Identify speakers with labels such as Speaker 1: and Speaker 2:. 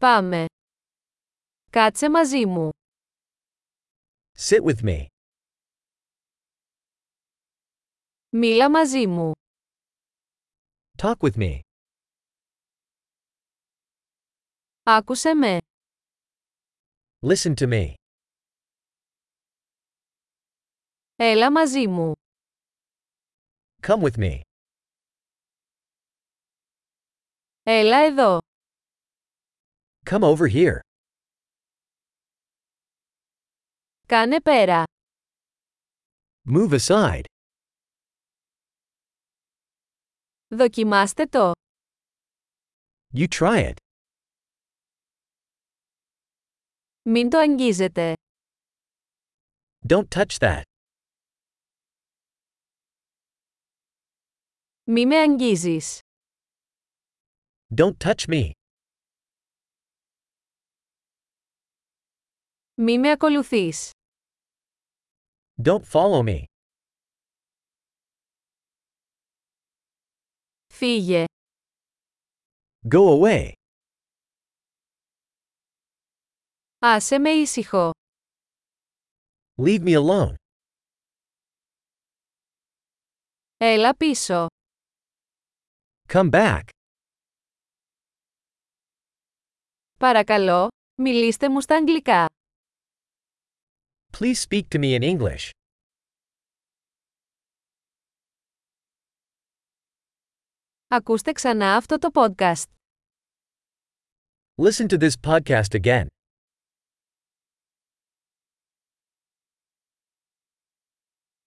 Speaker 1: Πάμε. Κάτσε μαζί μου.
Speaker 2: Sit with me.
Speaker 1: Μίλα μαζί μου.
Speaker 2: Talk with me.
Speaker 1: Άκουσε με.
Speaker 2: Listen to me.
Speaker 1: Έλα μαζί μου.
Speaker 2: Come with me.
Speaker 1: Έλα εδώ.
Speaker 2: Come over here.
Speaker 1: Κάνε πέρα.
Speaker 2: Move aside.
Speaker 1: Δοκιμάστε το.
Speaker 2: You try it.
Speaker 1: Μην το αγγίζετε.
Speaker 2: Don't touch that.
Speaker 1: Μη με αγγίζεις.
Speaker 2: Don't touch me.
Speaker 1: Μη με ακολουθείς.
Speaker 2: Don't follow me.
Speaker 1: Φύγε.
Speaker 2: Go away.
Speaker 1: Άσε με ήσυχο.
Speaker 2: Leave me alone.
Speaker 1: Έλα πίσω.
Speaker 2: Come back.
Speaker 1: Παρακαλώ, μιλήστε μου στα αγγλικά.
Speaker 2: Please speak to me in English.
Speaker 1: Ακούστε ξανά αυτό το podcast.
Speaker 2: Listen to this podcast again.